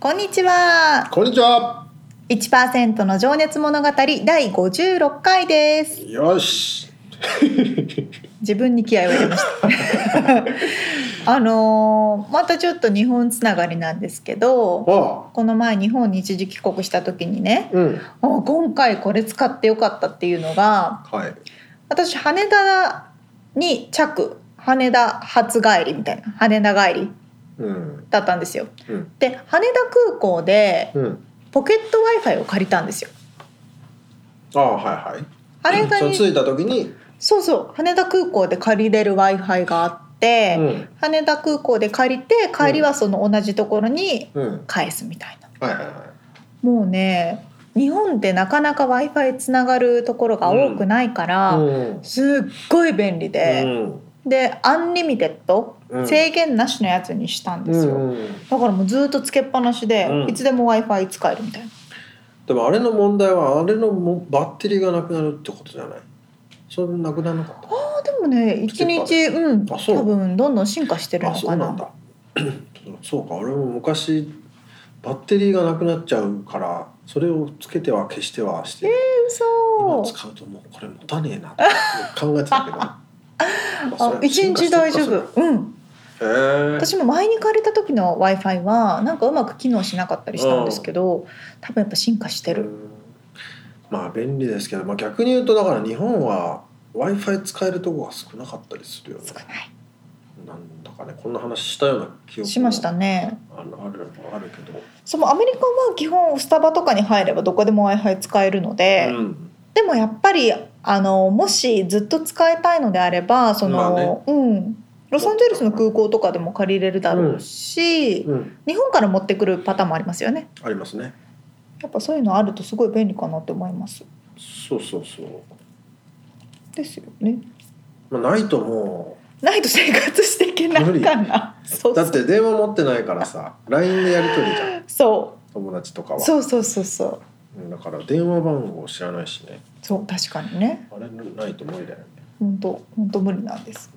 こんにちはこんにちは。 1%の情熱物語第56回ですよし。自分に気合を入れましたあのーまたちょっと日本つながりなんですけどあこの前日本に一時帰国した時にねあ、うん。あ今回これ使ってよかったっていうのがはい。私羽田に着羽田初帰りみたいな羽田帰りうん。だったんですようん。で羽田空港でうん。ポケット w i f i を借りたんですよああ、はいはい。あれがそねう着いた時に。そうそう羽田空港で借りれる w i f i があって、うん。羽田空港で借りて帰りはその同じところにうん。返すみたいな、はいはいはもうね日本ってなかなか w i f i つながるところが多くないから、い。うん。すっごい便利で、でアンリミテッド、うん制限なしのやつにしたんうでん。すよ、うん。だからもうずっとつけっぱなしで、うんいつでも w i f i 使えるみたいなでもあれの問題はあれのもバッテリーがなくなるってことじゃない。それなくならなかっあでもね一日うんあそう多分どんどん進化してるた。あ、のそかうななんだ。 そうか、俺も昔。バッテリーがなくなっちゃうから、それをつけては消してはして。今嘘使うともうこれ持たねえなって考え てたけどあ一日大丈夫うんへえ私も前に借りた時の w i f i はなんかうまく機能しなかったりしたんですけど多分やっぱ進化してるまあ便利ですけど、まあ、逆に言うとだから日本は w i f i 使えるとこが少なかったりするよね少ないなんだかねこんな話したような記憶がしましたねあのあるあるけど、そのアメリカは基本スタバとかに入ればどこでも w i f i 使えるので、うんでもやっぱりあのもしずっと使いたいのであればその、まあねうん、ロサンゼルスの空港とかでも借りれるだろうし、うん、日本から持ってくるパターンもありますよねありますねやっぱそういうのあるとすごい便利かなって思いますそうそうそう、ですよねまあ、ないともないと生活していけないかなそううだって電話持ってないからさ LINE でやり取りじゃんそ友達とかうはそうそうそうそううんだから電話番号知らないしねそう確かにねあれないと無理だよね。本当本当無理なんです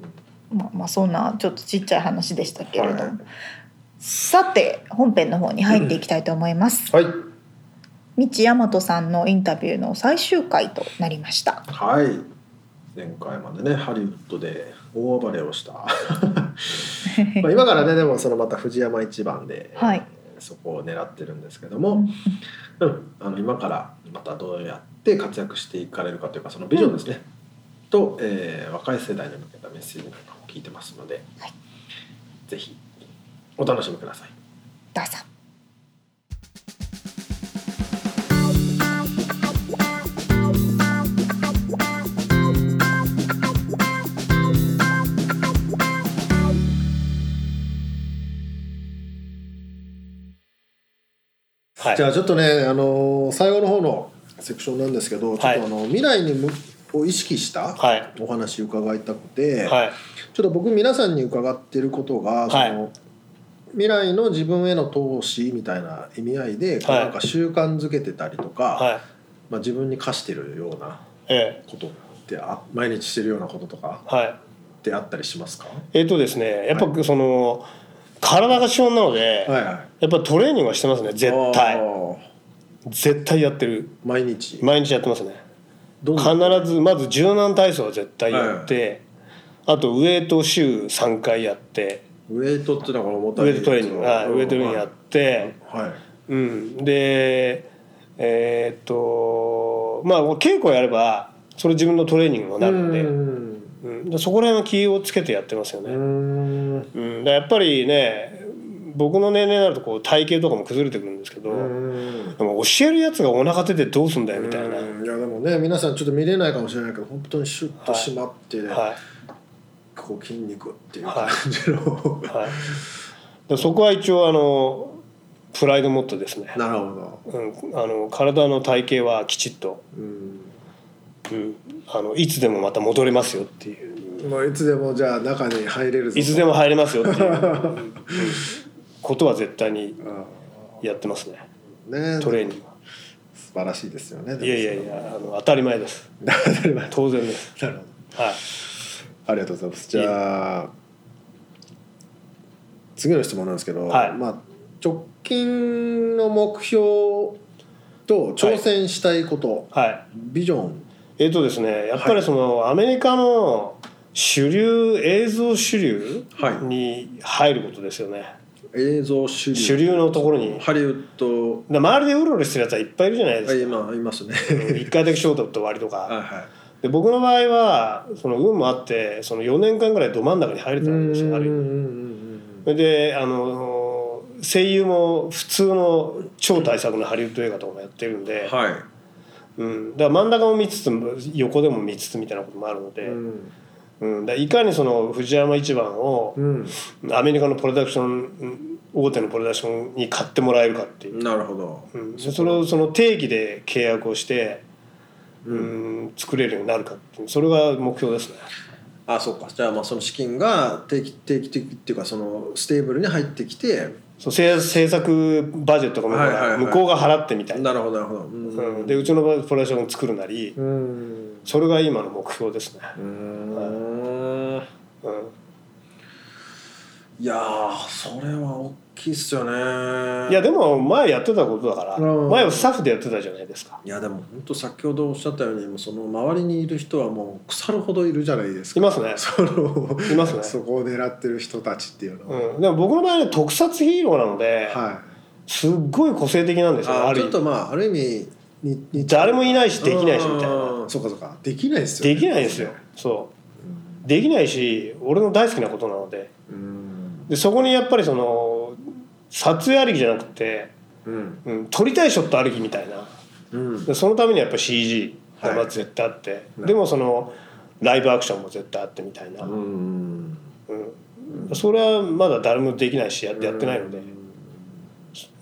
まあまあそんなちょっとちっちゃい話でしたけれど、はさて本編の方に入っていきたいと思います、い。道大和さんのインタビューの最終回となりましたはい。前回までねハリウッドで大暴れをした。まあ今からねでもそのまた藤山一番で、はいそこを狙ってるんですけども、うんあの今からまたどうやって活躍していかれるかというかそのビジョンですね。と、えー若い世代に向けたメッセージなんかも聞いてますので、はいぜひお楽しみください。どうぞはいじゃあちょっとね、あのー最後の方のセクションなんですけどちょっとあの、未来にむを意識したはいお話伺いたくて、はいちょっと僕皆さんに伺ってることが、はいその未来の自分への投資みたいな意味合いで、こうはいなんか習慣づけてたりとか、はいまあ、自分に課してるようなええことってあ毎日してるようなこととかはいってあったりしますかえっとですねやっぱその、体が資本なので、はいはいやっぱトレーニングはしてますね絶あ対ー絶対やってる毎日毎日やってますねどんな必ずまず柔軟体操は絶対やって、あとウエイトを週3回やってウェイトってだから重たいウエイトトレーニング、はい、ウエイトトレーニングやって、はいうん、でえーっとまあ稽古やればそれ自分のトレーニングもなるので、うんうんでそこら辺は気をつけてやってますようね。ーんうん、だからやっぱりね僕の年齢になるとこう体型とかも崩れてくるんですけど、うんでも教えるやつがお腹出てどうすんだよみたいな、うんいやでもね皆さんちょっと見れないかもしれないけど本当にシュッと締まって、はこう筋肉っていう感じの、 いはい、でそこは一応あのプライドモットですね、なるほど、うん、あの体の体型はきちっと、うんうん、あのいつでもまた戻れますよっていうもういつでもじゃあ中に入れるぞいつでも入れますよっていう、うんことは絶対にうやってますねんねトレーニングは素晴らしいですよねでもいやいやいやあの当たり前です 当たり前当然ですなるほどはいありがとうございますじゃあ次の質問なんですけど、はいまあ、直近の目標と挑戦したいこと、はいビジョンえっとですねやっぱりその、アメリカの主流映像主流はいに入ることですよね、映像主流主流のところにハリウッドだ周りでうろうろしてるやつはいっぱいいるじゃないであすか今いますねうん一回だけショートと終わり とはいかはで僕の場合はその運もあってその4年間ぐらいど真ん中に入れいてたんですよある意味それであの声優も普通の超大作のハリウッド映画とかもやってるんで、はいうん、だから真ん中も見つつ横でも見つつみたいなこともあるので、うんうん、だからいかにその藤山一番をうんアメリカのプロダクションうん大手のプロダクションに買ってもらえるかっていう、なるほどうん、それをその定義で契約をして、ううんん、作れるようになるかっていうそれが目標ですね。あそうかじゃあまあその資金が定期定期的っていうかそのステーブルに入ってきてそう制制作バジェットとかもほらはいはいはい向こうが払ってみたいな、なるほどなるほどううん、でうちのプロダクションを作るなり、うんそれが今の目標ですね。うーんういやーそれは大きいっすよねん、いやでも前やってたことだから、うん前はスタッフでやってたじゃないですか。いやでも本当先ほどおっしゃったようにもうその周りにいる人はもう腐るほどいるじゃないですいかますね。そのいます ねそこを狙ってる人たちっていうのは、うん、でも僕の場合は特撮ヒーローなので、はいすっごい個性的なんですよああちる意ょっと味まあある意味にに誰もいないしできないしみたいななそうかそうかできないですよね、できないですよそうできないし俺の大好きなことなのでうんでそこにやっぱりその撮影ありきじゃなくて、うんうん、撮りたいショットありきみたいなうんでそのためにやっぱ CG がまず絶対あって、でもそのライブアクションも絶対あってみたいな、ううんんそれはまだ誰もできないしやってやってないので、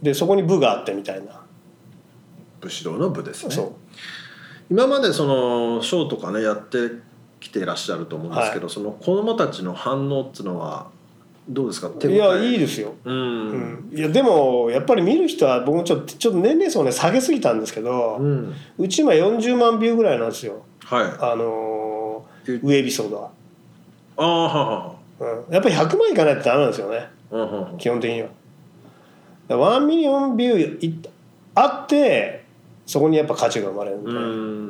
でそこに部があってみたいな、武士道の部ですねそう今までそのショーとかねやってきていらっしゃると思うんですけど、その子供たちの反応っつうのはどうですか手応えいやいいですよ、うんううんん、いやでもやっぱり見る人は僕もちょっとちょっと年齢層ね下げすぎたんですけど、うち今40万ビューぐらいなんですよはいあのーウェビソードは、ああはははうん、やっぱり100万いかないとダメなんですよねうんうんうん基本的にはだから1ミリオンビューいあってそこにやっぱ価値が生まれるんで、うん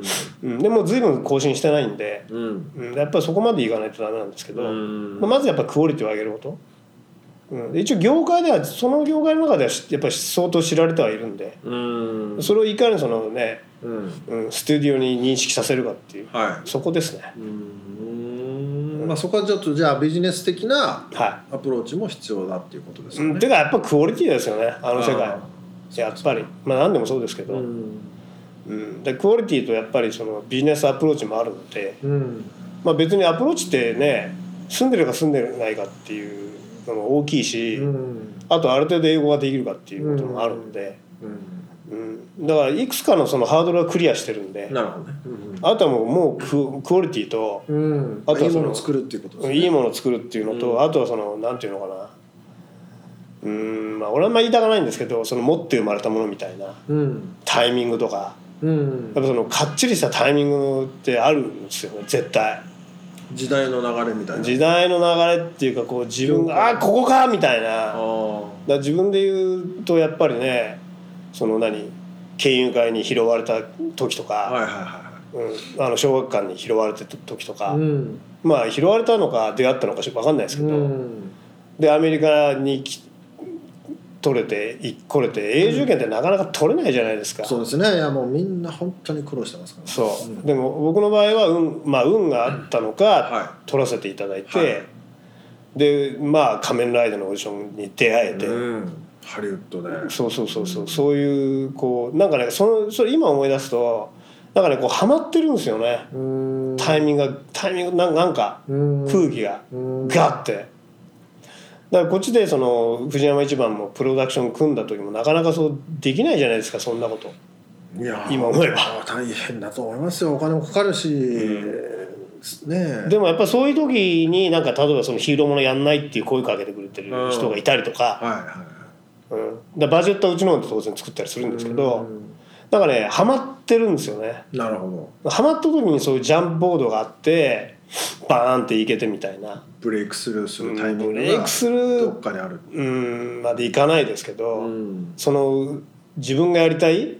うんでも随分更新してないんで、うんうん、やっぱりそこまでいかないとダメなんですけど、うんまあまずやっぱクオリティを上げること、うん、で一応業界ではその業界の中ではしやっぱり相当知られてはいるんでうんそれをいかにそのね、うんうん、スタジオに認識させるかっていうはそこですねいうんまあそこはちょっとじゃあビジネス的なはアプローチも必要だっていうことですい、よね、うん、てかやっぱクオリティですよねあの世界あやっぱりまあ何でもそうですけーど、ううんんでクオリティとやっぱりそのビジネスアプローチもあるので、うんまあ、別にアプローチってね住んでるか住んでないかっていうのも大きいし、うんあとある程度英語ができるかっていうこともあるので、うんうん、だからいくつかのそのハードルはクリアしてるんでなるほどねうんあとはもうもうククオリティとうんあとはいいそのものを作るっていうことですねいいものを作るっていうのと、うんあとはそのなんていうのかなうーんまあ俺はあんま言いたくないんですけどその持って生まれたものみたいなうんタイミングとかうんやっぱそのかっちりしたタイミングってあるんですよね絶対時代の流れみたいな時代の流れっていうかこう自分が「あここか!」みたいなあだかーら自分で言うとやっぱりねその何県友会に拾われた時とか、はいはいはうん、あの小学館に拾われてた時といか、はいうんまあ拾われたのか出会ったのか分かんないですけうど、んでアメリカにき取れてい来れて永住権ってなかなか取れないじゃないですか、そうですねいやもうみんな本当に苦労してますから、そう、んでも僕の場合は運,、まあ、運があったのか、は取らせていただいて、はいでまあ「仮面ライダー」のオーディションに出会えて、うん、ハリウッドでそうそうそうそううんそういうこうなんかねそのそれ今思い出すとなんかねこうハマってるんですよねうんタイミングがタイミングなんなんかうん空気がうんガッて。だからこっちでその藤山一番もプロダクション組んだ時もなかなかそうできないじゃないですかそんなこといや今思えばあー大変だと思いますよお金もかかるし、ねえでもやっぱそういう時になんか例えばそのヒーローものやんないっていう声かけてくれてる人がいたりとか,、はいはうん、だからバジェットはうちの方で当然作ったりするいんですけうどんなんかねハマってるんですよねなるほどハマった時にそういうジャンプボードがあってバーンっていけてみたいなブレイクスルーすうるんタイミンブグレイがクすどるっかにある、うんまでいかないですけど、うんその自分がやりたい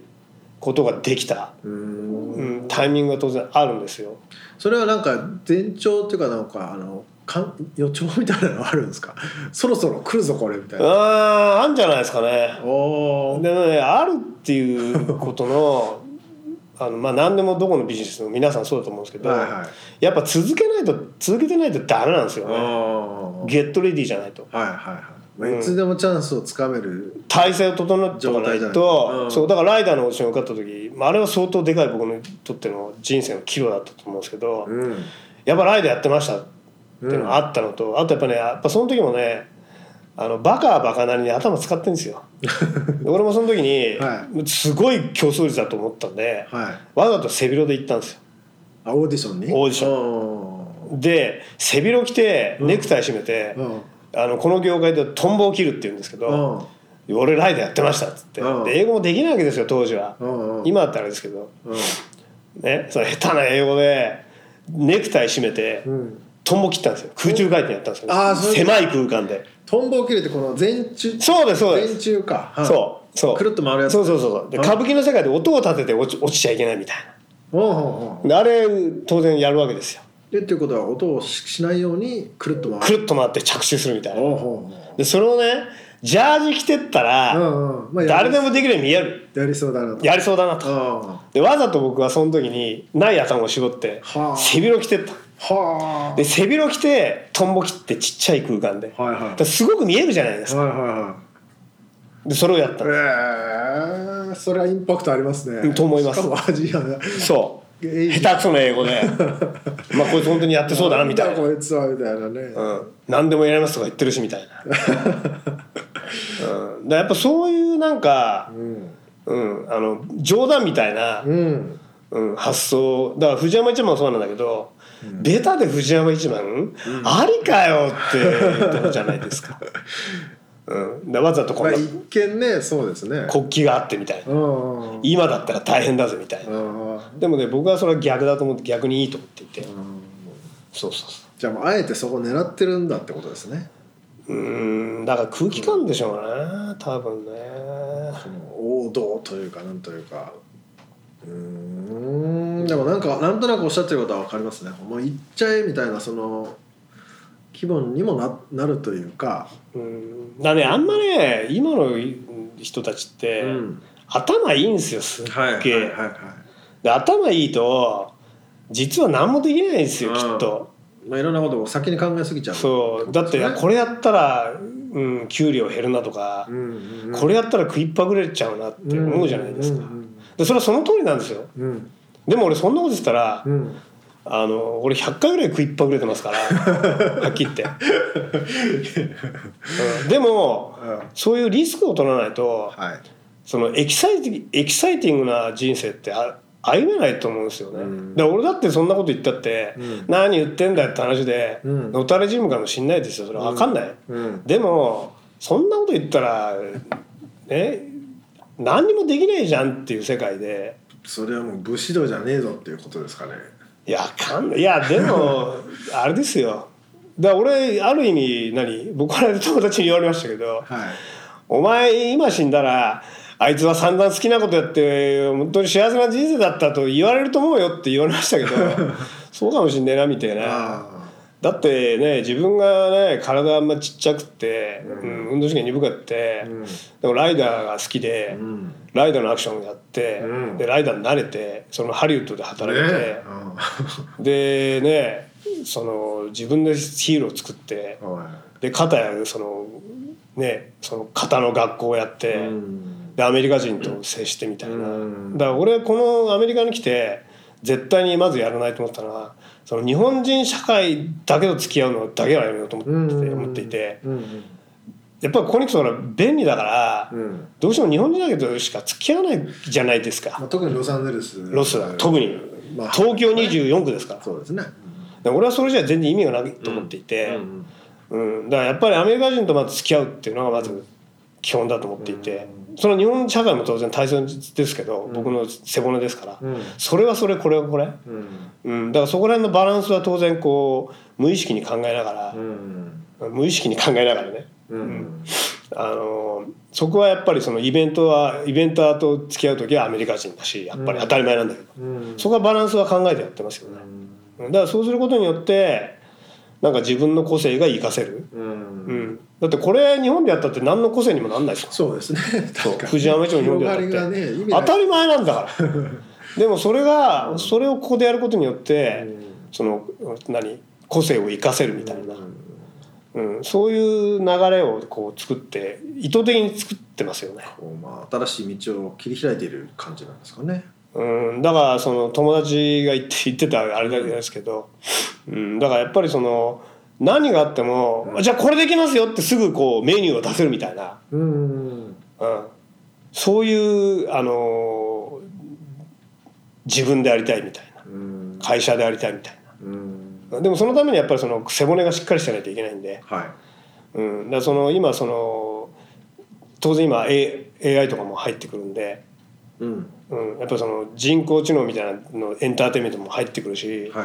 ことができた、うんうん、タイミングが当然あるんですよそれはなんか前兆っていうかなんかあのかん予兆みたいなのはあるんですかそろそろ来るぞこれみたいなあーあんじゃないですかねおーでもねあるっていうことの あの、まあ、何でもどこのビジネスも皆さんそうだと思うんですけど、はいはいやっぱ続けないと続けてないとダメなんですよねあーゲットレディーじゃないとはいはいはい、いつでもチャンスをつかめる体制を整えておかな状態じいゃないと、うんそうだからライダーのオーディションを受かった時、まあ、あれは相当でかい僕にとっての人生の岐路だったと思うんですけど、うんやっぱライダーやってましたっていうのがああったのと、あとやっぱねやっぱその時もねあのバカはバカなりに頭使ってん ですよで俺もその時に、はすごい競争率だと思ったんではいわざと背広で行ったんですよあオーディションにオーディションョで背広着てうんネクタイ締めて、うんあのこの業界でトンボを切るっていうんですけど、うん俺ライダーやってましたっつって、うんで英語もできないわけですよ当時は、うんうん今だったらあれですけどねその下手な英語でネクタイ締めて、うんうんトンボ切ったんですよ空中回転やったんですよ、あーそういう狭い空間で。トンボを切れてこの前中そうですそうです前中か、はいそうそうくるっと回るやつそうそうそうそうでうん歌舞伎の世界で音を立てて落ち落ちちゃいけないみたいうんうんうんなであれ当然やるわけですよでっていうことは音をししないようにくるっとく回るるっと回って着地するみたいなおうおうでそれをねジャージ着てったおうらうんうんまあや誰りでもできるように見えるやりそうだなとやりそうだなとあでわざと僕はその時にない頭を絞ってはあ背広着てったはあで背広着てトンボ切ってちっちゃい空間でだかはいはいはらすごく見えるじゃないですいかはでそれをやったいはいええそれはインパクトありますねと思いますしかもアジアだそうえい下手くそな英 語でまあこいつ本当にやってそうだなみたいななんだこいつはみたいなね、うん、何でもやりますとか言ってるしみたいな、うん、だからやっぱそういうなんか、うん、あの冗談みたいな、うんうん、発想だから藤山一番もそうなんだけど、ベタで藤山一番、ありかよって言ったじゃないですか, 、うん、だからわざとこまんあな一見ねそうですね国旗があってみたいなうんうん今だったら大変だぜみたいなうんでもね僕はそれは逆だと思って逆にいいと思っていて、そうそうそじゃあもうあえてそこ狙ってるんだってことですねううんだから空気感でしょうね、多分ねこの王道というかなんというかうーんでもなんかなんとなくおっしゃってることは分かりますねもう行っちゃえみたいなその気分にもななるというか、うんだねあんまね今の人たちって、うん頭いいんですよすっげえ、はいはいはいはいで頭いいと実は何もできないんですよ、うんきっとまあ、いろんなことを先に考えすぎちゃうそうだっていやこれ、れやったら、うん、給料減るなとかう、んうんうん、これやったら食いっぱぐれちゃうなって思うじゃないですか、でそれはその通りなんですようんうんでも俺そんなこと言ってたら、うんうんあの俺100回ぐらい食いっぱぐれてま すからはっきり言って、うんでもうんそういうリスクを取らないと、はいそのエキサイティエキサイティングな人生ってあ歩めないと思うんですよね、うんで俺だってそんなこと言ったって、うん何言ってんだよって話で、うんのたれジムかもしんないですよそれは分かんない、うんでもそんなこと言ったらね何にもできないじゃんっていう世界でそれはもう武士道じゃねえぞっていうことですかねいやあかんないいや でもあれですよだから俺ある意味何僕は友達に言われましたけど、はいお前今死んだらあいつは散々好きなことやって本当に幸せな人 生だったと言われると思うよって言われましたけどそうかもしんねえなみたいなだかあだってね自分がね体あんまちっちゃくって、ううんん運動神経鈍くって、うんでもライダーが好きで、うんライダーのアクションをやって、うんでライダーに慣れてそのハリウッドで働いて、ねでねその自分でヒーローを作ってうんはで片やそのねその型の学校をやっいて、うんでアメリカ人と接してみたいな、うんだから俺はこのアメリカに来て絶対にまずやらないと思ったのはその日本人社会だけと付き合うのだけはやめようと思ってて,、思っていてうんやっぱりここに来たら便利だから、うんうんどうしても日本人だけとしか付き合わないじゃないですか、まあ、特にロサンゼルスロスは特に、まあ東京24区ですからそうですねで俺はそれじゃ全然意味がないと思っていて、うんうん、だからやっぱりアメリカ人とまず付き合うっていうのがまず基本だと思っていて、その日本社会も当然大切ですけど、僕の背骨ですから、うんそれはそれこれはこれ、うんうん、だからそこら辺のバランスは当然こう無意識に考えながうんら、無意識に考えながらねうんあのそこはやっぱりそのイベントはイベンターと付き合う時はアメリカ人だしやっぱり当たり前なんだけど、うんそこはバランスは考えてやってますよね。だからそうすることによってなんか自分の個性が活かせる、うんうん、だってこれ日本でやったって何の個性にもなんないですよそうですね確かに藤山町に呼ん広でもがらっりてがね意味な当いたり前なんだからでもそれがそれをここでやることによって、うんその何個性を生かせるみたいな、うんうん、そういう流れをこう作って意図的に作ってますよね、こうまあ新しい道を切り開いている感じなんですかねうん、だからその友達が言って言ってたあれだけですけど、うん、だからやっぱりその何があっても、じゃあこれできますよってすぐこうメニューを出せるみたいな。うんうん、そういう、あの自分でありたいみたいなうん会社でありたいみたいうんなでもそのためにやっぱりその背骨がしっかりしてないといけないんで、はいうん、だからその今その当然今、A、AI とかも入ってくるんで、うんうん、やっぱりその人工知能みたいなのエンターテインメントも入ってくるし、は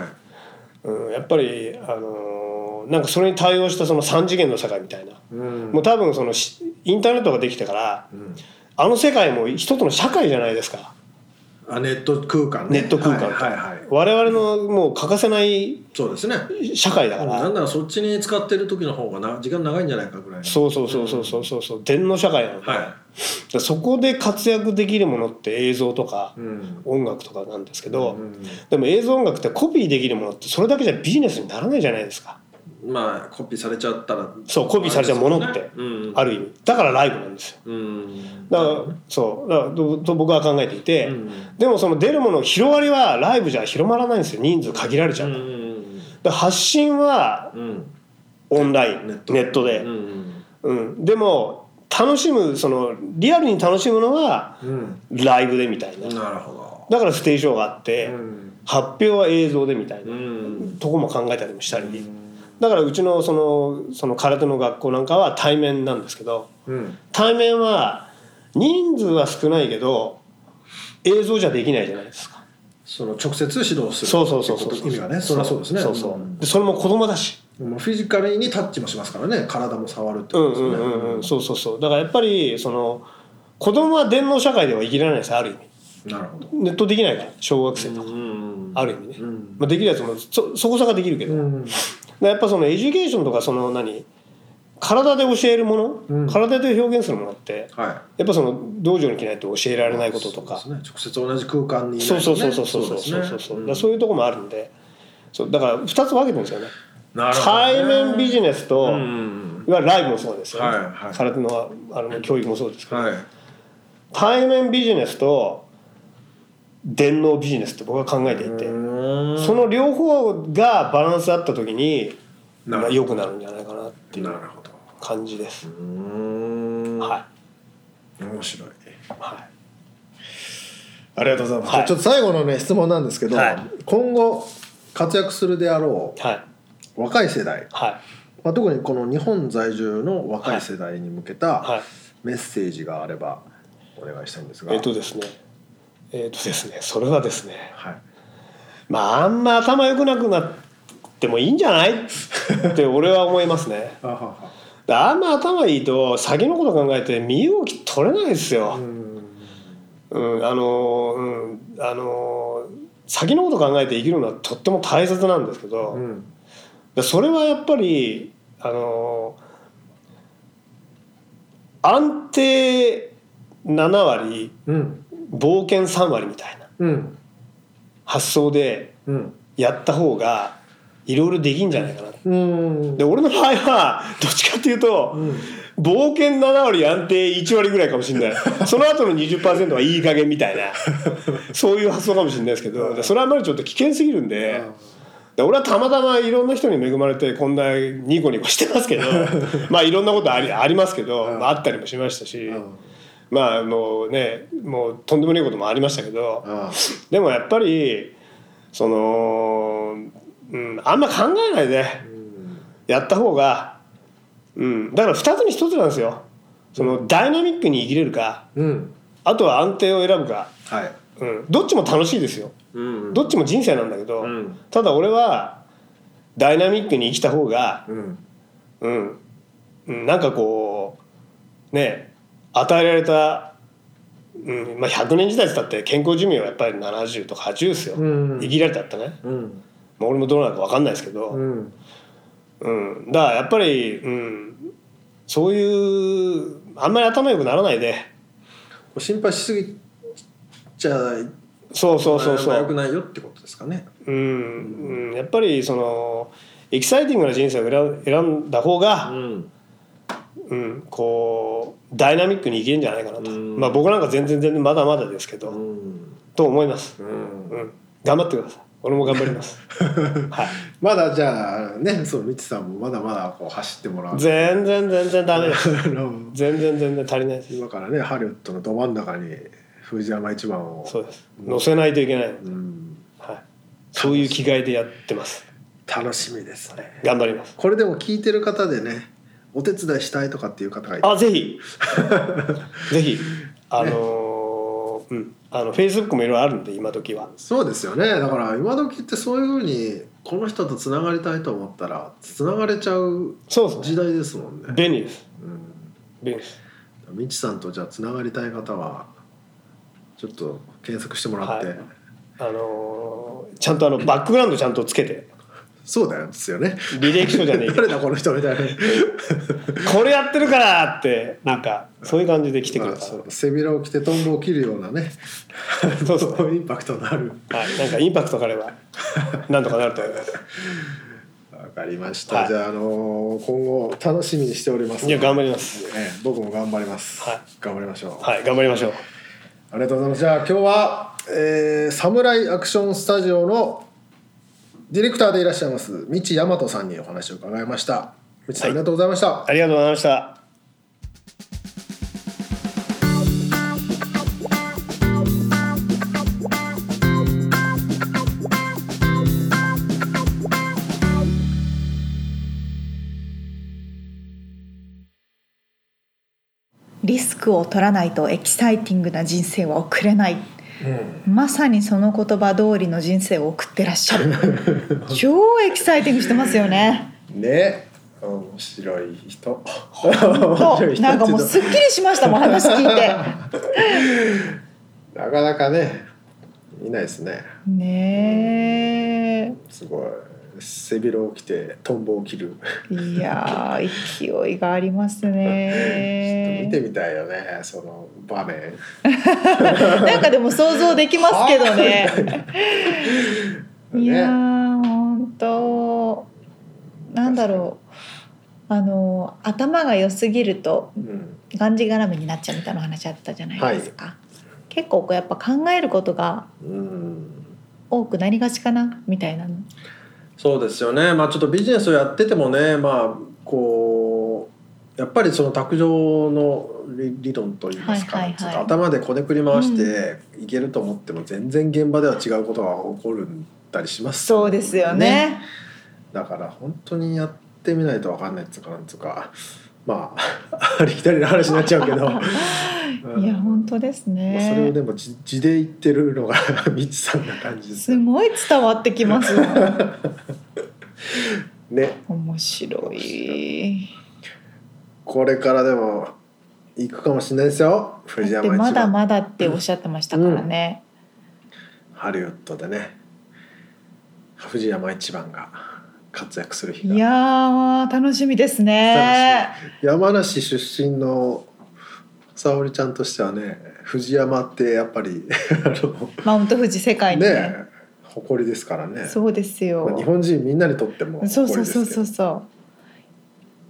いうん、やっぱり、あのなんかそれに対応したその3次元の世界みたいなうんもう多分そのしインターネットができてからうんあの世界も一つの社会じゃないですか。あネット空間ねネット空間はいはいはい我々のもう欠かせないそうですね社会だかなんらならそっちに使ってる時の方がな時間長いんじゃないかぐらいそうそうそうそうそうそうそう電脳社会なので、だかはらそこで活躍できるものって映像とかいうん音楽とかなんですけど、うんでも映像音楽ってコピーできるものってそれだけじゃビジネスにならないじゃないですかまあコピーされちゃったらそうコピーされちゃうものってうんある意味だからライブなんですようんだからそうだからとと僕は考えていて、うんでもその出るもの広がりはライブじゃ広まらないんですよ人数限られちゃううからだかんら発信はうんオンラインネネッットトで、うんうん、でも楽しむそのリアルに楽しむのはうんライブでみたいななるほだからステージショーがあって、どうん発表は映像でみたいな、うんとこも考えたりもしたり、だからうちのそのその空手の学校なんかは対面なんですけどうん対面は人数は少ないけど映像じゃできないじゃないですかその直接指導するそうそうそうそうってこと意味がねそれはそうですねそうそう、んでそれも子供だしもうフィジカルにタッチもしますからね体も触るってことうんですうよんねうんうんそうそうそうだからやっぱりその子供は電脳社会では生きられないですある意味なるほどネットできないから小学生とか、うんある意味ね、うんまあ、できるやつもそそこそこできるけど、だかうんらやっぱそのエデュケーションとかその何体で教えるもの、うん体で表現するものってはやっぱその道場に来ないと教えらいれないこととかそうですね直接同じ空間にいないとそねうそうそうそうそうそうそうそうですねそうだからそういうとこもあるんでそうだから2つ分けてるんですよねなるほどね対面ビジネスと、うんいわゆるライブもそうですよ、ねはいはい空手のあの教育もそうですけど、はい対面ビジネスと電脳ビジネスって僕は考えていて、その両方がバランスあった時になまるあ良くなるんじゃないかなっていうなるほど感じです。うーんは面白いい、はありがとうございます、はいちょっと最後のね質問なんですけど、はい今後活躍するであろい、はい、う若い世代、はい、まあ、特にこの日本在住の若い世代に向けはたい。メッセージがあればお願いしたいんですが、えっ、とですね、えっ、とですね、それはですね、はい、まああんま頭良くなくなってもいいんじゃないって俺は思いま すね。あははあんま頭いいと先のこと考えて身動き取れないですよ。うんうん、あのうんあの先のこと考えて生きるのはとっても大切なんですけど、うんだだそれはやっぱりあの安定7割うん冒険3割みたいなうん発想でうんやった方がいろいろできんじゃないかなうんで俺の場合はどっちかっていうと、冒険7割安定1割ぐらいかもしれないその後の20%はいい加減みたいなそういう発想かもしれないですけど、それはあまりちょっと危険すぎるんで。で俺はたまたまいろんな人に恵まれてこんなニコニコしてますけ どまあいろんなことありありますけど、まあ、あったりもしましたし、うんまあもうねもうとんでもないこともありましたけど、あでもやっぱりその、うん、あんま考えないでやった方が、うん、だから2つに1つなんですよそのダイナミックに生きれるかうんあとは安定を選ぶか、はいうん、どっちも楽しいですようんどっちも人生なんだけど、うんただ俺はダイナミックに生きた方が、うんうんうん、なんかこうね与えられた、うんまあ、100年時代って言ったって健康寿命はやっぱり70とか80ですよ、うん生きられたってね、うんまあ、俺もどうなるか分かんないですけど、うんうん、だからやっぱり、うん、そういうあんまり頭良くならないで心配しすぎちゃそうそうそうそよくう、ないよってことですかねうんうん、やっぱりそのエキサイティングな人生を選選んだ方が、んうんこうダイナミックにいけるんじゃないかなと、うんまあ、僕なんか全然全然まだまだですけど、うんと思います、うんうん、頑張ってください俺も頑張りますはい まだじゃあねそうみちさんもまだまだこう走ってもらう全然全然ダメですあの全然全然足りないで す今からねハリウッドのど真ん中に藤山一番をそうです乗せないといけない、うんはい、そういう気概でやってます楽しみですね頑張りますこれでも聞いてる方でねお手伝いしたいとかっていう方がいてあ ぜひぜひあのーうんあのフェイスブックもいろいろあるんで今時はそうですよねだから今時ってそういうふうにこの人とつながりたいと思ったらつながれちゃうそうそう時代ですもんね、便利ですうん、便利ですみちさんとじゃあつながりたい方はちょっと検索してもらって、はいあのーちゃんとあのバックグラウンドちゃんとつけてそうだよですよね履歴書じゃねえけど誰だこの人みたいなこれやってるからってなんかそういう感じで来てくれまあたらそう背びらを着てトンボを切るようなね そうそうあのインパクトのあるはい、なんかインパクトがあれば、なんとかなると思います。わかりました、はいじゃあ、あのー今後楽しみにしておりますいや、頑張ります。ええ僕も頑張ります、はい頑張りましょう、はい、頑張りましょう。ありがとうございますじゃあ今日は、えー、サムライアクションスタジオのディレクターでいらっしゃいます道大和さんにお話を伺いました道さん、はいありがとうございました、ありがとうございました。リスクを取らないとエキサイティングな人生は送れない、まさにその言葉通りの人生を送ってらっしゃる 超エキサイティングしてますよねね面白い人面そうなんかもうすっきりしましたもん話聞いてなかなかねいないですねねすごい背広を着てトンボを切る、えいやー勢いがありますちょっとね見てみたいよねその場面なんかでも想像できますけどねいやー本当なんだろうあの頭が良すぎるとうんがんじがらめになっちゃうみたいな話あったじゃないですか、結構こうやっぱ考えることがうん多くなりがちかなみたいなのそうですよねまあちょっとビジネスをやっててもねまあこうやっぱりその卓上の理理論といいますか、はいはいはい頭でこねくり回していけると思っても全然現場では違うことが起こるんだりします、そうですよねだから本当にやってみないと分かんないっつうかなんつうかまあ ありきたりな話になっちゃうけ ど、うんいや本当ですね、まあそれをでもじ地で言ってるのが みちさんな感じですすね。ごい伝わってき ますよね面白いこれからでも行くかもしれないですよ藤だっ山て一まだ番まだっておっしゃってましたからね、ハリウッドでね藤山一番が活躍する日いがやー楽しみですね。山梨出身の沙織ちゃんとしてはね藤山ってやっぱり あのマウント富士世界にね。ね誇りですからね、そうですよ。まあ、日本人みんなにとってもそ誇うりそうそうですけそどうそ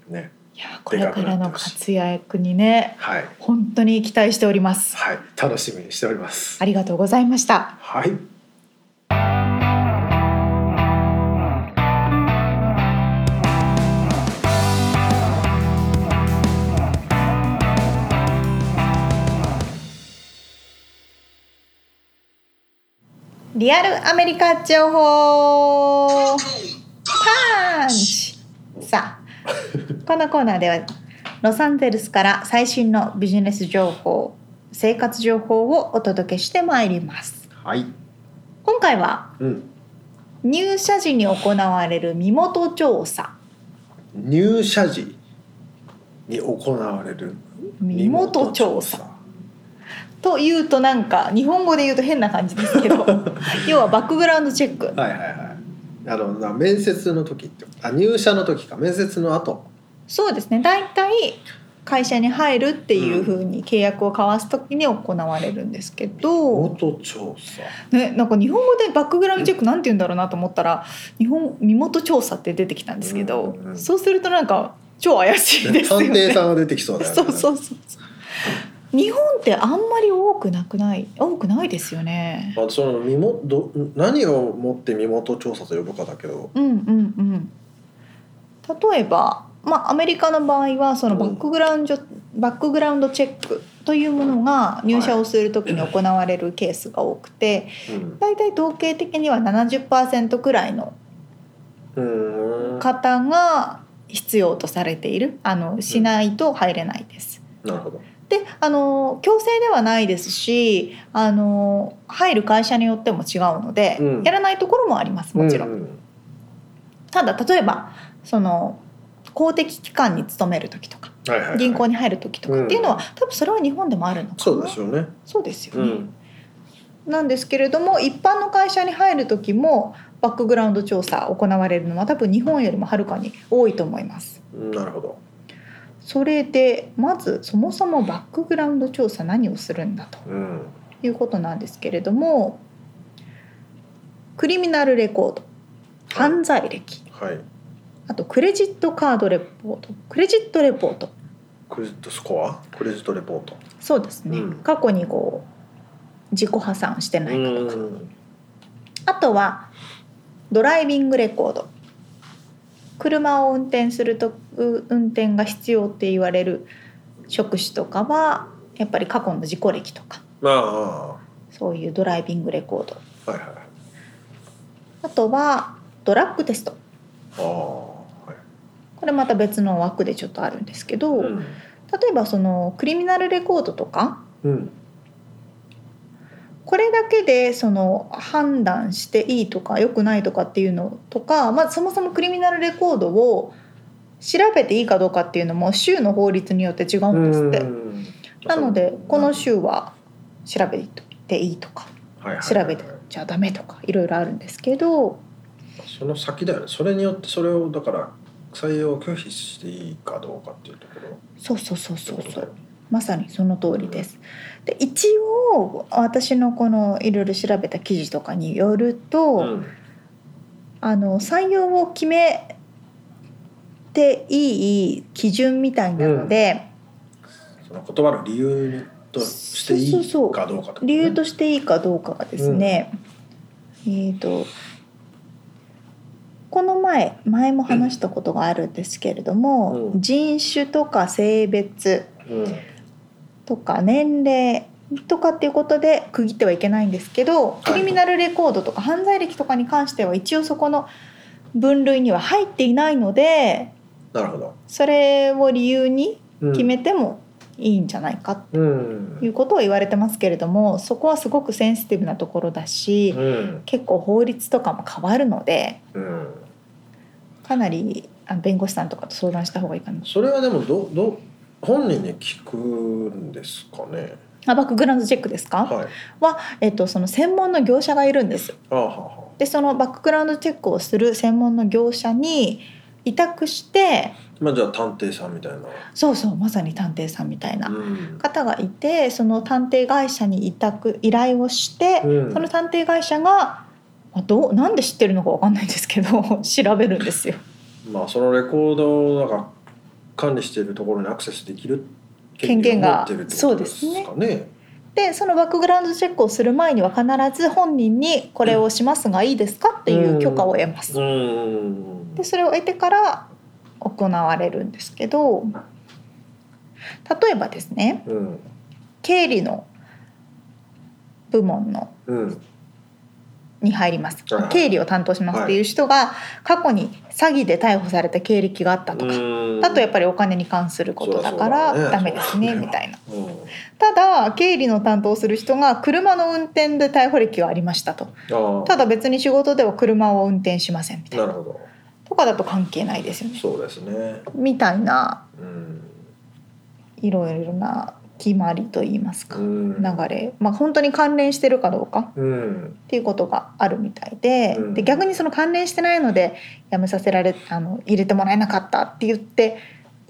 う。ねいやーこれからの活躍にねはい本当に期待しております。はい楽しみにしておりますありがとうございました。はいリアルアメリカ情報パンチさあこのコーナーではロサンゼルスから最新のビジネス情報生活情報をお届けしてまいりますはい今回はうん入社時に行われる身元調査入社時に行われる身元調査というとなんか日本語で言うと変な感じですけ ど要はバックグラウンドチェックはいはいはいあのな面接の時ってあ入社の時か面接の後そうですね大体会社に入るっていうふうに契約を交わす時に行われるんですけど、元調査ね、なんか日本語でバックグラウンドチェックなんて言うんだろうなと思ったら日本身元調査って出てきたんですけど、うんうんうんそうするとなんか超怪しいですよ探偵ね。さんが出てきそうだよねそうそうそうそう日本ってあんまり多くなくない多くないですよね。まあ、その身元ど何をもって身元調査と呼ぶかだけど、うんうんうん、例えば、まあ、アメリカの場合はそのバックグラウンド、バックグラウンドチェックというものが入社をする時に行われるケースが多くてうん大体統計的には70%くらいのうん、方が必要とされているあのしないと入れないです。なるほど、であの強制ではないですしあの入る会社によっても違うので、うんやらないところもありますもちろん。うただ例えばその公的機関に勤める時とかはいはいはい銀行に入る時とかっていうのは、多分それは日本でもあるのかなそうですよね、そうですようね、ん、なんですけれども一般の会社に入る時もバックグラウンド調査行われるのは多分日本よりもはるかに多いと思いますなるほど、それでまずそもそもバックグラウンド調査何をするんだとうん、いうことなんですけれどもクリミナルレコード犯罪歴、はいあとクレジットカードレポートクレジットレポートクレジットスコアクレジットレポートそうですね、うん過去にこう自己破産してないかとか、うんあとはドライビングレコード車を運転するとう運転が必要って言われる職種とかはやっぱり過去の事故歴とかまあそういうドライビングレコードあはいはいはいあとはドラッグテストああはいこれまた別の枠でちょっとあるんですけど、例んえばそのクリミナルレコードとかうんこれだけでその判断していいとか良くないとかっていうのとか、まあ、そもそもクリミナルレコードを調べていいかどうかっていうのも州の法律によって違うんですってうんなのでこのは州は調べていいとかいはいはい調べてちゃダメとかいろいろあるんですけどその先だよねそれによってそれをだから採用を拒否していいかどうかっていうところそうそうそうそうってこそとだうよねまさにその通りです。で一応私のこのいろいろ調べた記事とかによると、うんあの採用を決めていい基準みたいなので、その断る理由としていそうそうそういかどうかってことね理由としていいかどうかがですね、えっ、とこの前前も話したことがあるんですけれども、うん人種とか性別うんとか年齢とかっていうことで区切ってはいけないんですけど、いクリミナルレコードとか犯罪歴とかに関しては一応そこの分類には入っていないのでなるほど、それを理由にうん決めてもいいんじゃないかとうんいうことを言われてますけれどもそこはすごくセンシティブなところだしうん結構法律とかも変わるのでうんかなりあ弁護士さんとかと相談した方がいいかなそれはでもどど本人に聞くんですかねあバックグラウンドチェックですか、はいは、えっと、その専門の業者がいるんです。あーはーはでそのバックグラウンドチェックをする専門の業者に委託してーまあじゃあ探偵さんみたいな、そうそうまさに探偵さんみたいなうん、方がいてその探偵会社に委託依頼をして、うんその探偵会社が、まあ、どうなんで知ってるのかわかんないですけど 調べるんですよ。まあそのレコードをなんか管理しているところにアクセスできる権限が権を持ってるってことですかね。でそのバックグラウンドチェックをする前には必ず本人にこれをしますがいいですかっていう許可を得ます。うんでそれを得てから行われるんですけど例えばですねうん経理の部門のうんに入りますはいはい経理を担当しますっていう人が過去に詐欺で逮捕された経歴があったとかうんだとやっぱりお金に関することだからそりゃそうだダよねメですねそうだよねみたいなうんただ経理の担当する人が車の運転で逮捕歴がありましたとあたあだ別に仕事では車を運転しませんみたいななるほどとかだと関係ないですよねそうですね。みたいなうんいろいろな決まりといいますかう流んれまあ本当に関連してるかどうかうんっていうことがあるみたいで,、うんで逆にその関連してないのでやめさせられあの入れてもらえなかったって言って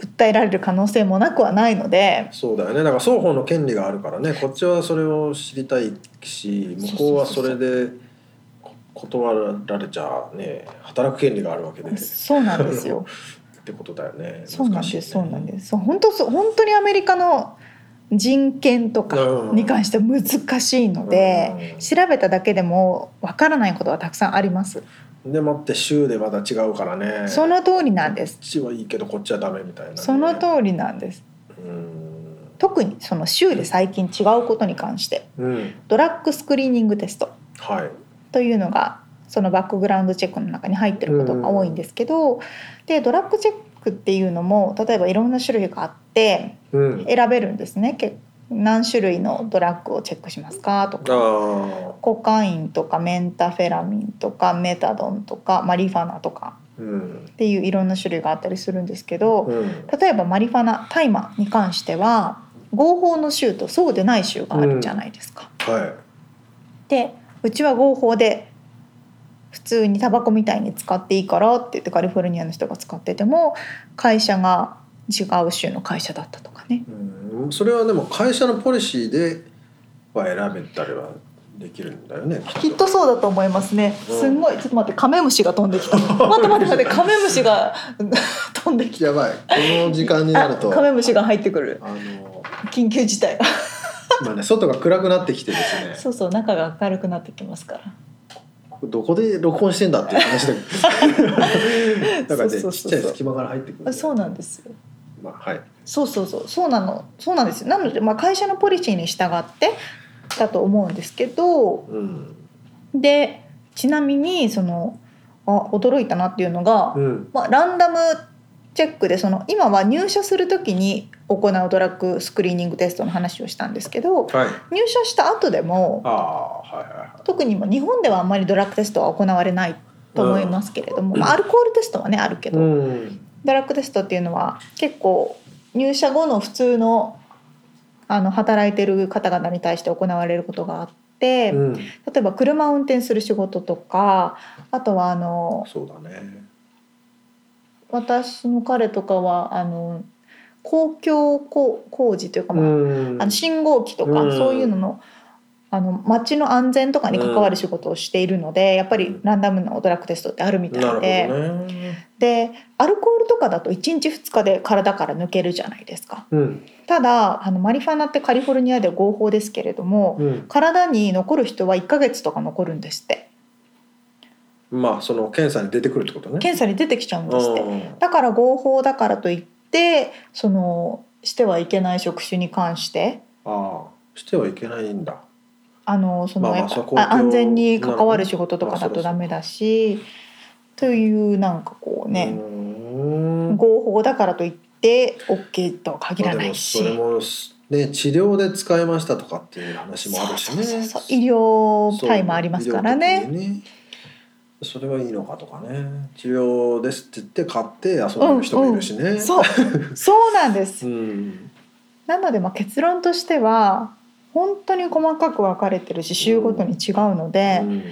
訴えられる可能性もなくはないのでそうだよねだから双方の権利があるからねこっちはそれを知りたいし向こうはそれでこ断られちゃね働く権利があるわけでっそうなんです よてことだよねそうなんです、難しいねそうなんですそう本当そう本当にアメリカの人権とかうんに関しては難しいので、うん調べただけでもわからないことはたくさんあります、でもって州でまた違うからねその通りなんでこすっちはいいけどこっちはダメみたいなね、その通りなんですうん特にその州で最近違うことに関してうんドラッグスクリーニングテストはいというのがそのバックグラウンドチェックの中に入ってることが多いんですけど、でドラッグチェックっていうのも例えばいろんな種類があってうん選べるんですねけ何種類のドラッグをチェックしますかとあかあコカインとかメンタフェラミンとかメタドンとかマリファナとかうんっていういろんな種類があったりするんですけど、うん例えばマリファナ大麻に関しては合法の州とそうでない州があるじゃないですか。はでうちは合法で普通にタバコみたいに使っていいからって言ってカリフォルニアの人が使ってても会社が違う州の会社だったとかねい、うん、それはでも会社のポリシーでは選べたりはできるんだよねきっとそうだと思いますねうんすんごいちょっと待ってカメムシが飛んできた待って待って待ってカメムシが 飛んできやばいこの時間になたるとカメムシが入ってくるあの緊急事態がまあね外が暗くなってきてですねそうそう中が明るくなってきますからどこで録音してんだっていう話だ けどだからねちそうそうそうそっうちゃい隙間から入ってくあるそうなんですよまあはいそうそうそうそうなのそうなんですよなので、まあ、会社のポリシーに従ってだと思うんですけどうんでちなみにそのあ驚いたなっていうのが、うんまあ、ランダムチェックでその今は入社する時に行うドラッグスクリーニングテストの話をしたんですけどはい入社した後でもああはいはいはい特に今日本ではあんまりドラッグテストは行われないと思いますけれども、まあアルコールテストはねあるけど、うんドラッグテストっていうのは結構入社後の普通のあの働いてる方々に対して行われることがあって、うん例えば車を運転する仕事とかあとはあのそうだね私の彼とかはあの公共工工事というか、まあんあの信号機とか、うんそういうののあの街の安全とかに関わる仕事をしているので、やっぱりランダムなドラッグテストってあるみたいで。なるほどねでアルコールとかだと1日2日で体から抜けるじゃないですかうんただあのマリファナってカリフォルニアでは合法ですけれどもうん体に残る人は1ヶ月とか残るんですってまあその検査に出てくるってことね検査に出てきちゃうんですってうんだから合法だからといってそのしてはいけない職種に関してああしてはいけないんだあのそのまあまあやっぱそこはあ安全に関わる仕事とかなるだほとどねまダあメだしというなんかこううねーん合法だからといって OK とは限らないし。まあでもそれもね治療で使いましたとかっていう話もあるしそねうそうそうそう医療タイもありますからねそう医療的にねそれはいいのかとかね治療ですって言って買って遊んでる人もいるしね、そうそうなんですうんなのでまあ結論としては本当に細かく分かれてるし週ごとに違うので、うん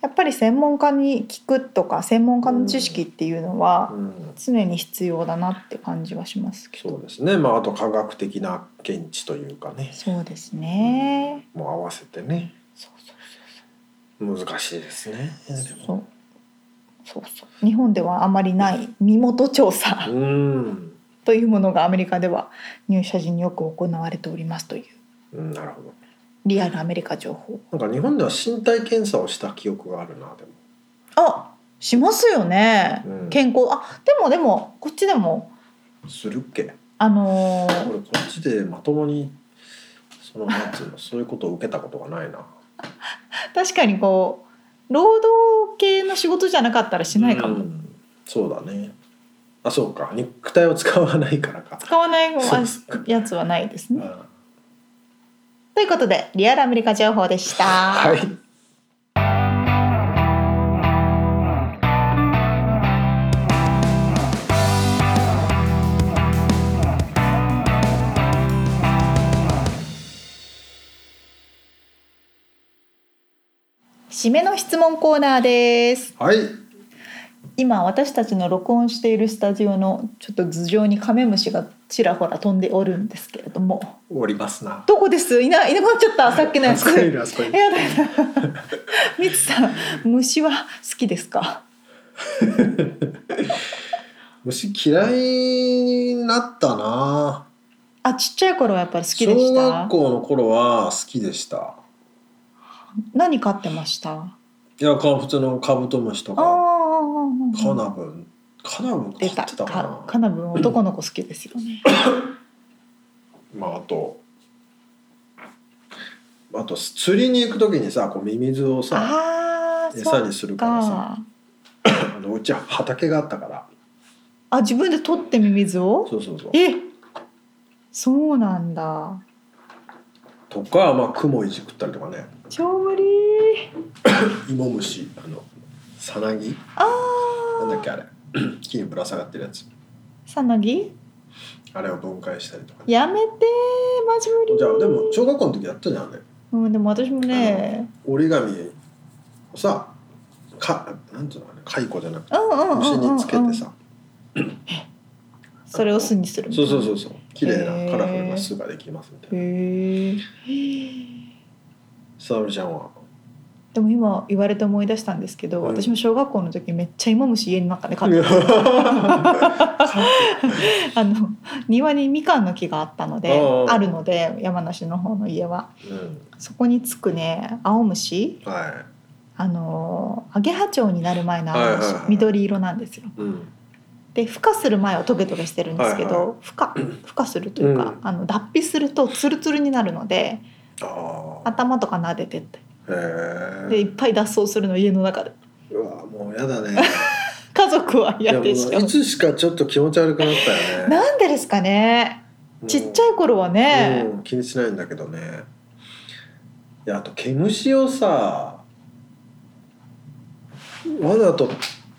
やっぱり専門家に聞くとか専門家の知識っていうのはうん常に必要だなって感じはしますけど、そうですね、まあ、あと科学的な見地というかねそうですね、もう合わせてねそうそう難しいですね。そうそうそうそう日本ではあまりない身元調査うんというものがアメリカでは入社時によく行われておりますといううんなるほどリアルアメリカ情報なんか日本では身体検査をした記憶があるなでもあしますよね、うん健康あでもでもこっちでもするっけあのー俺こっちでまともにそのなんつうのそういうことを受けたことがないな確かにこう労働系の仕事じゃなかったらしないかも、うんそうだねあそうか肉体を使わないからか使わないもそうですかやつはないですね。あということでリアルアメリカ情報でした。はい締めの質問コーナーです。はい今私たちの録音しているスタジオのちょっと頭上にカメムシがちらほら飛んでおるんですけれども、終わりますなどこです？いないいなくなっちゃった。さっきのやあつ。そこいるあそこいえるやだやだ。みつさん、虫は好きですか？虫嫌いになったなあ、ちっちゃい頃はやっぱり好きでし小学た。校の頃は好きでした何飼ってました？いやか普通のカブトムシとあかあ。カナブンカナブン飼出ったてたかかなカナブン男の子好きですよね。まああとあと釣りに行く時にさこうミミズをさああー、餌そにうするからさか。あのうちは畑があったからあ、自分で取ってミミズを？そうそうそうえ、そうなんだ。とかまあクモいじくったりとかね超無理。イモムシあのサナギあなんだっあ。けあれ 木にぶら下がってるやつさなぎ？あれを分解したりとか、やめてー、マジ無理。じゃあでも小学校の時やったじゃんねうん、でも私もね、折り紙をさかなんていうのかな蚕じゃなくてうんうんうん虫うん、うん、につけてさそれを巣にするみたそいうな。そうそうそう綺麗へーなカラフルな巣ができますみたいなへえ。沙織ちゃんはでも今言われて思い出したんですけど、うん私も小学校の時めっちゃイモムシ家の中で飼って あの庭にみかんの木があったのであああるので山梨の方の家はうんそこにつくね青虫はあのアゲハチョウになる前のは青いはい虫はい緑色なんですよい、うん、で孵化する前はトゲトゲしてるんですけはいど孵化孵化するというか、うあの脱皮するとツルツルになるのでああ頭とか撫でてってへでいっえぱい脱走するの家の中でうわもう やだね家族は嫌でしいやもうかいつしかちょっと気持ち悪くなったよねなんでですかねちっちゃい頃はね、うん、気にしないんだけどねいやあと毛虫をさわざと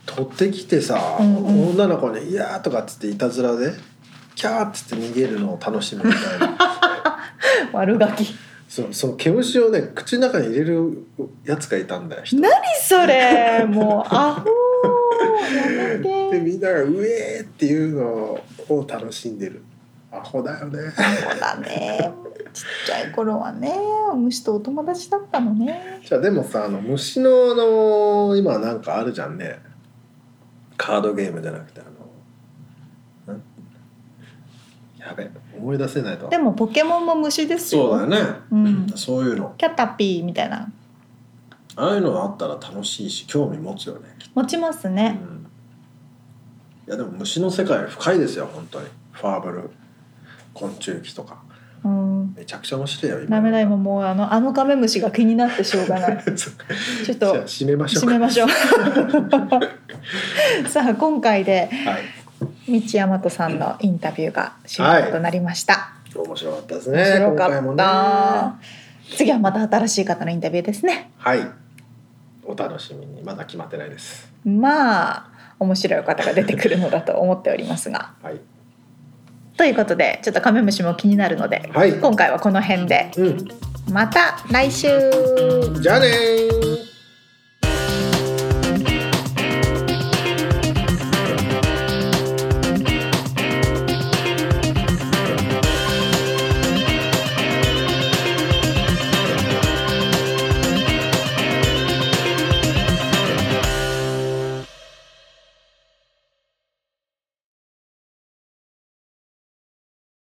取ってきてさ、うんうん女の子に「いやー」とかっつっていたずらで「キャー」っつって逃げるのを楽しむみたいな悪ガキそうその毛虫をね口の中に入れるやつがいたんだよ人何それもうアホやめでてみんなが「うえー」っていうのを楽しんでるアホだよねそうだねちっちゃい頃はね虫とお友達だったのねじゃあでもさあの虫のあの今なんかあるじゃんねカードゲームじゃなくてあのなんやべ思い出せないとでもポケモンも虫ですよそうだよね、うんそういうのキャタピーみたいなああいうのあったら楽しいし興味持つよね、持ちますうね、ん、いやでも虫の世界深いですよ本当にファーブル昆虫記とかうん、めちゃくちゃ面白いよ今ダメだ今もうあのあのカメムシが気になってしょうがない そっかちょっじゃあと締めましょう締かめましょう さあ今回ではい道山とさんのインタビューが終了となりました、面白かったです面ね白か今回もっねた、次はまた新しい方のインタビューですねはい。お楽しみに。まだ決まってないです。まあ面白い方が出てくるのだと思っておりますが はい。ということでちょっとカメムシも気になるので、はい今回はこの辺でうんまた来週じゃあねー